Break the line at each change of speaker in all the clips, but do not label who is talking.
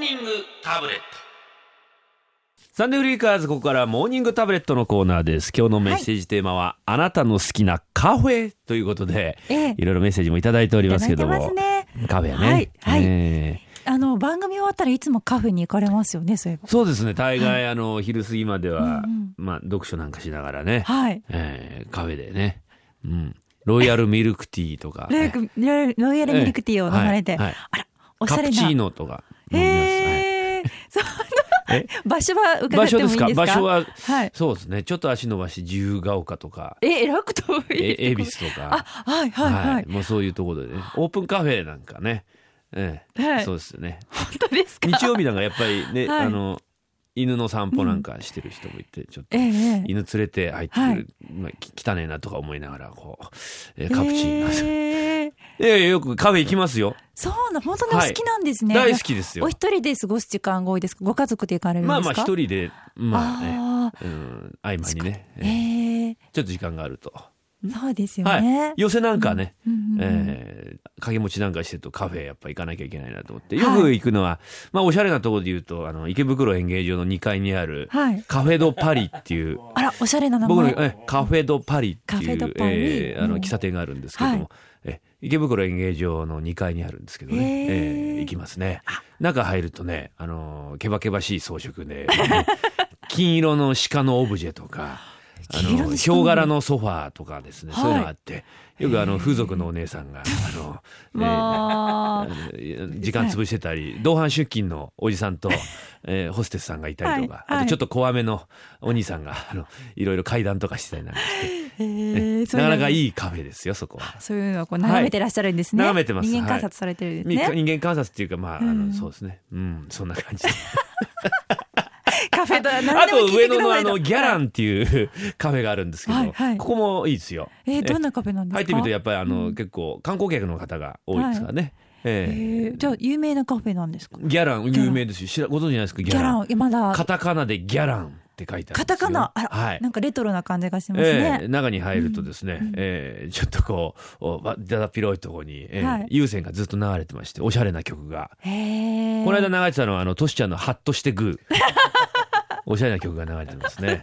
ニングタブレット
サンデーフリーカーズ、ここからモーニングタブレットのコーナーです。今日のメッセージテーマは、あなたの好きなカフェということで、
ええ
いろいろメッセージもいただいておりますけど
いただ
も
いて。ますね
カフェね。
はいはい
ええ
あの番組終わったらいつもカフェに行かれますよねそういえば
そうですね、大概、あの、昼過ぎまでは、
うん
まあ、読書なんかしながらね、
はい
ええカフェでね、うん、ロイヤルミルクティーとか、
ロイヤ
え
ルロイヤルロイヤルミルクティーを飲まれて、
ええはいはい
あら
え
おしゃ
カ
れ
プ
な
チーノとか飲みます。はい
へえ そんな
え
場所は伺
場
って
所
も
で
いいんですすか
か場所は、
はい
そうですねちょっと足伸ばして自由が丘とか
ええらくといい
え恵比寿と
あ
か
はいはいはい、
もうそういうところでねオープンカフェなんかね、ええ
はい
そうですよね
本当ですか
日曜日なんかやっぱりね、
はい
あの犬の散歩なんかしてる人もいて、ちょっと
ええええ
犬連れて入ってくる、まあ、き汚ねえなとか思いながらこう、えーカプチーノ、
ええ
いやいやよくカフェ行きますよ
そうな本当にお好きなんですね、
大好きですよ
お一人で過ごす時間が多いですかご家族で行かれるんです
ま
か
あまあ一人でまあね
あ
うん、合間にね、
ーええ
ちょっと時間があると。
そうですよね、
はい、寄せなんかね、
うんうんうん
えー掛け持ちなんかしてるとカフェやっぱ行かなきゃいけないなと思って
はい
よく行くのは、まあ、おしゃれなところで言うとあの池袋演芸場の2階にある
はい
カフェ・ド・パリっていう、
あら、おしゃれな名
僕の
前。
えカフェ・ド・パリって
カフ
い
ェド
う、
パリ
えーあ
う
の
ん
喫茶店があるんですけども、
はい
え池袋演芸場の2階にあるんですけどね、
へ
え
ー
ー行きますね中入るとねあのーケバケバしい装飾で 金色の鹿のオブジェと か。あ
黄色
の
の
ヒョウ柄のソファーとかですね、
はい
そういうのがあってよくあの風俗のお姉さんがあ の、えー
わ
あの時間潰してたり、同伴出勤のおじさ んと、えーホステスさんがいたりとか、
はい
あ
は
と
い
ちょっと怖めのお兄さんがあのいろいろ会談とかしてたりなんかして、
ーへーそう
なかなか
い
いいカフェですよそこは。
う。そういうのをこう眺めてらっしゃるんですね。
はい眺めてます
人間観察されてるんです
み
ね。
人間観察っていうかまああの、
うん
そうですねうんそんな感 じで
カフェだ。
あ
何でも
と
聞いて
上野
くだ
の
さ
あ
いと
のギャランっていうカフェがあるんですけど、
はいはい
ここもいいですよ。
えーどん
え
なカフェなんですか。
入ってみるとやっぱりあの、
うん
結構観光客の方が多いですからね、
え
ええ
ーじゃあ有名なカフェなんですか。
ギャラン有名ですよ知らご存知ないですかギ
ギ
ャ
ャ
ラ
ラ
ン
ンいやまだ
カタカナでギャランって書いてあるんですよ
カタカナあら、
はい
なんかレトロな感じがします
ええ
ね。
中に入るとですね、ええちょっとこうおばだだっ広いとこに、ええ
はい
有線がずっと流れてましておしゃれな曲が、
へえ。
この間流れてたのはあのトシちゃんの「ハッとしてグー」 おしゃれな曲が流れてますね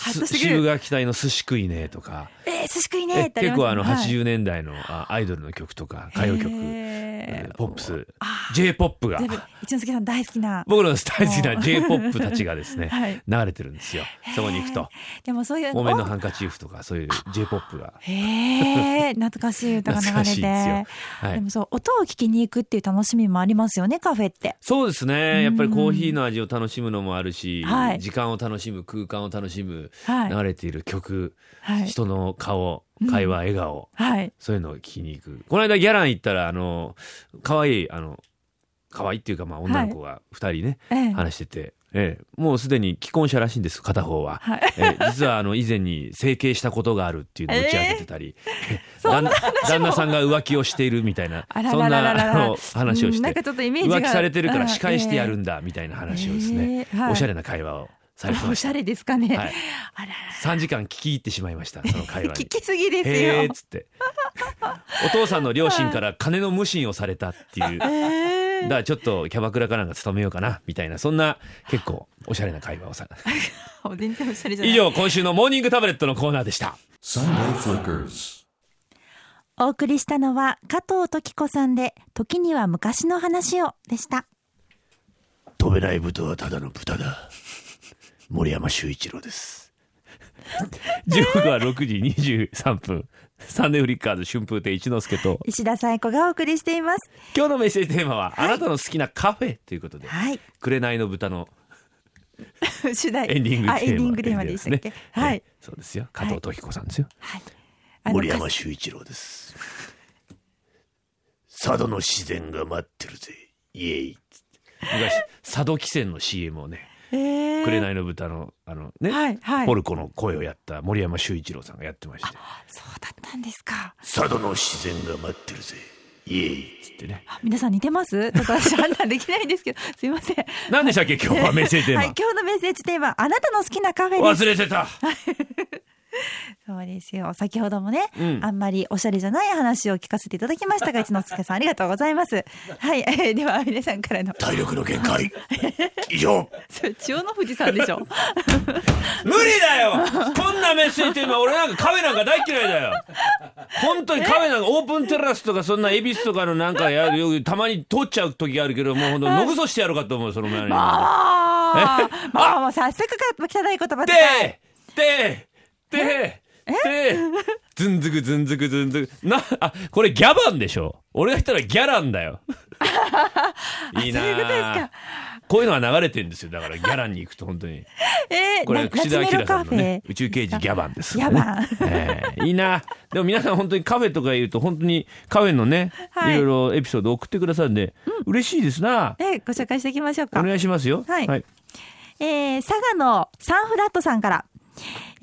ハッとしてく
渋
る。
川期待の「寿司食いね」とか、
えー、寿司食い
え
ねってあ
結
りますね
構あの
はい
80年代の、あアイドルの曲とか歌謡曲、
へ
え
ー
ーポップス j p o p が
全部一之輔さん大好きな。
僕の大好きな j p o p たちがですね、
はい
流れてるんですよそこに行くと
でもそういう
木綿のハンカチーフとかそういう j p o p が
へえ、懐かしい歌が流
懐か
れ
しい
て。
ですよはい
でもそう、音を聞きに行くっていう楽しみもありますよね、カフェって。
そうですねやっぱり
うん
コーヒーの味を楽しむのもあるし、
はい
時間を楽しむ空間を楽しむ
はい
流れている曲、
はい。
人の顔会話笑顔、
はい。
そういうのを聞きに行くこの間ギャラン行ったらあの可愛いあの可愛いっていうかまあ女の子が2人ね、
ええ。
話してて、ええ、もうすでに既婚者らしいんです片方は、
はい
ええ実はあの以前に整形したことがあるっていうのを打ち明けてたり、
そ
旦旦那さんが浮気をしているみたいな
あら
そん
らららら
なあの話を
う
し
んなん
て
かちょっとイメージが
浮気されてるから仕返してやる
ん
んだみたいな話をですね、
ええはい
おしゃれな会話をされて
お
まし
したゃれですかね。
はい
あらら
3時間聞き入ってしまいましたその会話に
聞。きすぎです
へえ
よ
っ。つってお父さんの両親から金の無心をされたっていう
ええ
だからちょっとキャバクラかなんか勤めようかなみたいなそんな結構おしゃれな会話をさ
全然おしゃれじゃな
以。
い。
上今週のモーニングタブレットのコーナーでした
Sunday Flickers.
お送りしたのは、加藤時子さんで、時には昔の話を、でした。
飛べない豚はただの豚だ森山修一郎です時刻は6時23分サンデーフリッカーズ春風亭一之輔と
石田彩子がお送りしています。
今日のメッセージテーマは、あなたの好きなカフェということで
はい。
「紅の豚」の
主題。
エンディングテーマ
あ、エンディングテーマでしたっけ。
ね
は
え
い。
そうですよ加藤時子さんですよ、
はい。あの
森山修一郎です佐渡の自然が待ってるぜイエイ昔佐渡汽船の CM をね「
ええ
紅の豚の」あのね、
はいはい
ポルコの声をやった森山修一郎さんがやってまして
そうだったんですか
「佐渡の自然が待ってるぜイエイ」っつってね
あ皆さん似てますちょっと私判断できないんですけど すいません
何でしたっけ今日はメッセージテーマ、
はい今日のメッセージテーマあなたの好きなカフェです
忘れてた
そうですよ。先ほどもね、
うん
あんまりおしゃれじゃない話を聞かせていただきまし たが、一之輔さんありがとうございます。はい、 えーでは皆さんからの、
体力の限 界以上
それ千代の富士さん でしょ。
無理だよこんなメッセージっていうのは俺なんかカフェなんか大嫌いだよ本当にカフェなんかオープンテラスとかそんな恵比寿とかのなんかやるたまに通っちゃう時があるけどもうほんとのぐそしてやろうかと思うその前に。
あ
え
あ、まあ、もう早速か、汚い言葉遣い
で、で、で、 で、ずんずくずんずくずんずく。な、あ、これギャバンでしょ俺が言ったらギャランだ よ。いいな
そういうことですか
こういうのは流れてるんですよ。だからギャランに行くと本当に。
えー、
これ
な
は口田
ナツメロ
明さ
カ
ん
フ
のね
ェ、
宇宙刑事ギャバンです、ね。
ギャバン
ええいいな。でも皆さん本当にカフェとか言うと本当にカフェのね、
はい
いろいろエピソード送ってくださるんで、嬉しいですな。
えーご紹介していきましょうか
お。願いしますよ。
はいえー、佐賀のサンフラットさんから、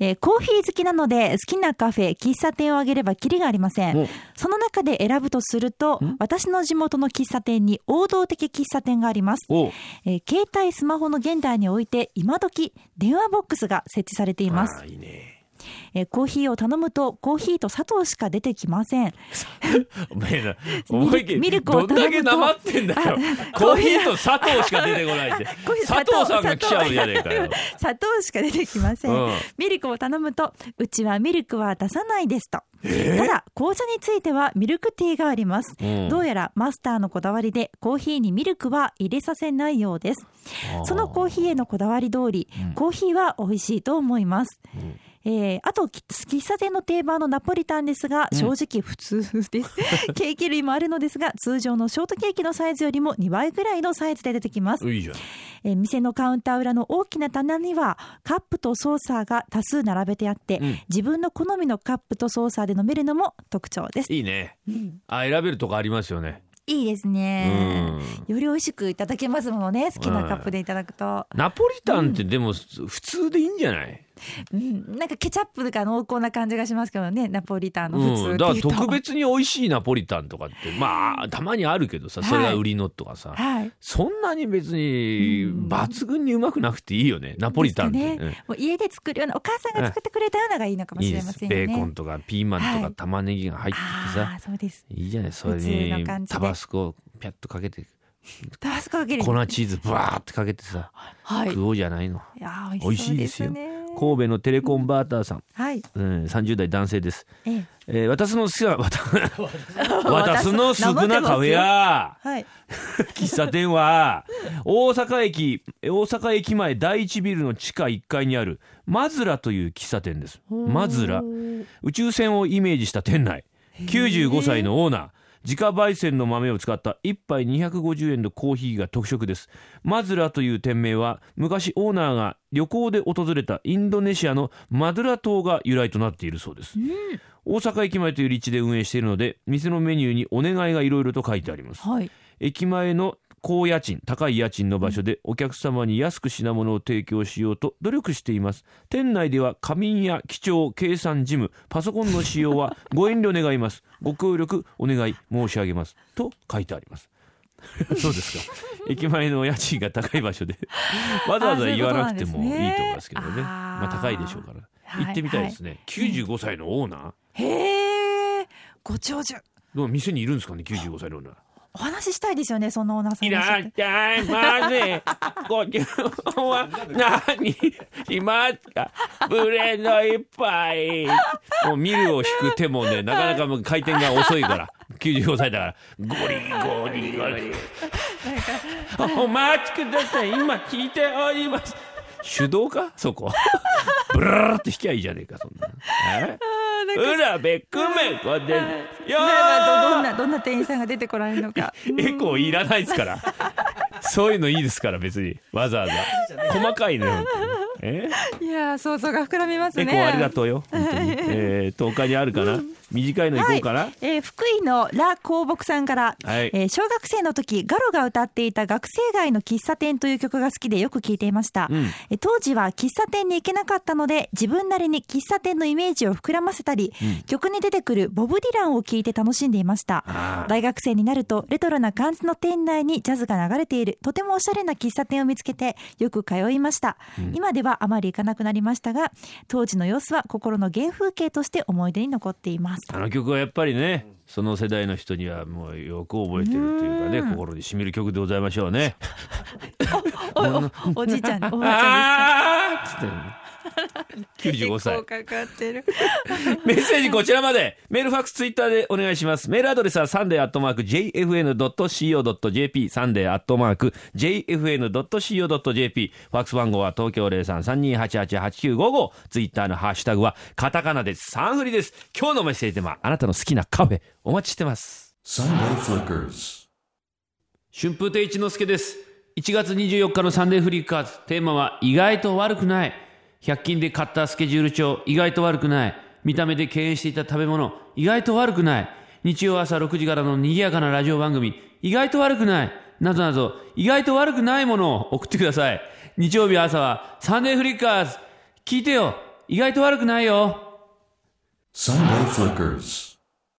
えーコーヒー好きなので好きなカフェ喫茶店を挙げればキリがありませ
お
んその中で選ぶとすると私の地元の喫茶店に王道的喫茶店があります、
おう
えー携帯スマホの現代において今時電話ボックスが設置されています
ああいいね。
えーコーヒーを頼むとコーヒーと砂糖しか出てきません
お前ら、思いっきり、
ミルク
ど
を
んだけ
頼むと
黙ってんだよ。 コーヒーと砂糖しか出てこないって
あコーヒ。ー
佐藤さんが来ちゃうじゃねえかよ。
砂糖しか出てきません、
うん
ミルクを頼むとうちはミルクは出さないですと、ただ紅茶についてはミルクティーがあります、
うん
どうやらマスターのこだわりでコーヒーにミルクは入れさせないようです
あー
そのコーヒーへのこだわり通り、コーヒーは美味しいと思います、えーあとき喫茶店の定番のナポリタンですが正直普通 ですケーキ類もあるのですが通常のショートケーキのサイズよりも2倍ぐらいのサイズで出てきます
いいじゃん。
えー店のカウンター裏の大きな棚にはカップとソーサーが多数並べてあって、
ん
自分の好みのカップとソーサーで飲めるのも特徴です
いいね。あ、選べるとこありますよね。
いいですねより美味しくいただけますもんね好きなカップでいただくと、
ナポリタンってでも普通でいいんじゃない、
うんなんかケチャップが濃厚な感じがしますけどねナポリタンの
う
普通ってい
ん、
う
だ
と、
から特別に美味しいナポリタンとかってまあたまにあるけどさそれが売りのとかさ、
はい
そんなに別に抜群にうまくなくていいよねナポリタンって、
ですかねもう家で作るようなお母さんが作ってくれたようながいいのか
う
も
んい
し
いで
れますせんよね
ベーコンとかピーマンと
は
か
い
玉ねぎが入っててさ、
ああそうです
い、いじゃないそれ
普通の感
に
じ
タ
で
バスコをピャッとかけて
タバスコかける
粉チーズブワーってかけてさ、
はい
食おうじゃないの
いやー
美
美味
味
し
し
い
い
で
ですす
よ
よ
ね
神戸のテレコンバーターさん、
はい
うん、30代男性です
ええ
えー、私の好きな、 わた私の好きなカフェや、
はい。
喫茶店は、大阪駅、大阪駅前第一ビルの地下1階にある、マズラという喫茶店です。マズラ。宇宙船をイメージした店内。95歳のオーナー。自家焙煎の豆を使った1杯250円のコーヒーが特色です。マズラという店名は昔オーナーが旅行で訪れたインドネシアのマドゥラ島が由来となっているそうです。大阪駅前という立地で運営しているので店のメニューにお願いがいろいろと書いてあります
はい。
駅前の高家賃高い家賃の場所でお客様に安く品物を提供しようと努力しています店内では仮眠や記帳計算事務パソコンの使用 はご遠慮願いますご協力お願い申し上げますと書いてあります そうですか駅前の家賃が高い場所 でわざわざ言わなくてもいいと思いますけどね
あそういうことなんですね
まあ高いでしょうから、
はい
行ってみたいですね、95歳のオーナー
へえ。ご長寿。
でも店にいるんですかね95歳のオーナー
お話ししたいですよね、そのオーナーさん
い
に教
ら
え。
ってしゃいませ。ご注文は何しますかブレの一杯。もうミルを引く手もね、なかなかもう回転が遅いから。95歳だから。ゴリゴリゴリ。お待ちください。今聞いております。手動かそこ。ブルルルって引きゃいいじゃねえか、そんな。え浦部久美子です。よー
どんな、どんな店員さんが出てこられるのか。
エコーいらないです から。そういうのいいですから別にわざわざ細かいね。本当にえ
いやー、想像が膨らみますね。
エコーありがとうよ。本当にえー、10日にあるかな。短いのいこうかな、
はいえー福井のラ・公木さんから、
はい
えー小学生の時ガロが歌っていた「学生街の喫茶店」という曲が好きでよく聴いていました、
うん
えー当時は喫茶店に行けなかったので自分なりに喫茶店のイメージを膨らませたり、曲に出てくるボブ・ディランを聴いて楽しんでいました
あー
大学生になるとレトロな感じの店内にジャズが流れているとてもおしゃれな喫茶店を見つけてよく通いました、今ではあまり行かなくなりましたが当時の様子は心の原風景として思い出に残っています
あの曲はやっぱりねその世代の人にはもうよく覚えてるというかね心にしみる曲でございましょうね。
おおおじいちゃんおばあ
あー
ちゃんですか
っつって ね95歳
結構かかってる
メッセージこちらまでメールファックスツイッターでお願いしますメールアドレスはサンデーアットマーク JFN.CO.JP サンデーアットマーク JFN.CO.JP ファックス番号は東京0332888955ツイッターのハッシュタグはカタカナでサンフリです今日のメッセージテーマあなたの好きなカフェお待ちしてます
Sunday Flickers.
春風亭一之輔です1月24日のサンデーフリーカーズテーマは意外と悪くない100均で買ったスケジュール帳意外と悪くない見た目で敬遠していた食べ物意外と悪くない日曜朝6時からの賑やかなラジオ番組意外と悪くないなどなど意外と悪くないものを送ってください日曜日朝はサンデーフリーカーズ聞いてよ意外と悪くないよ
Sunday Flickers.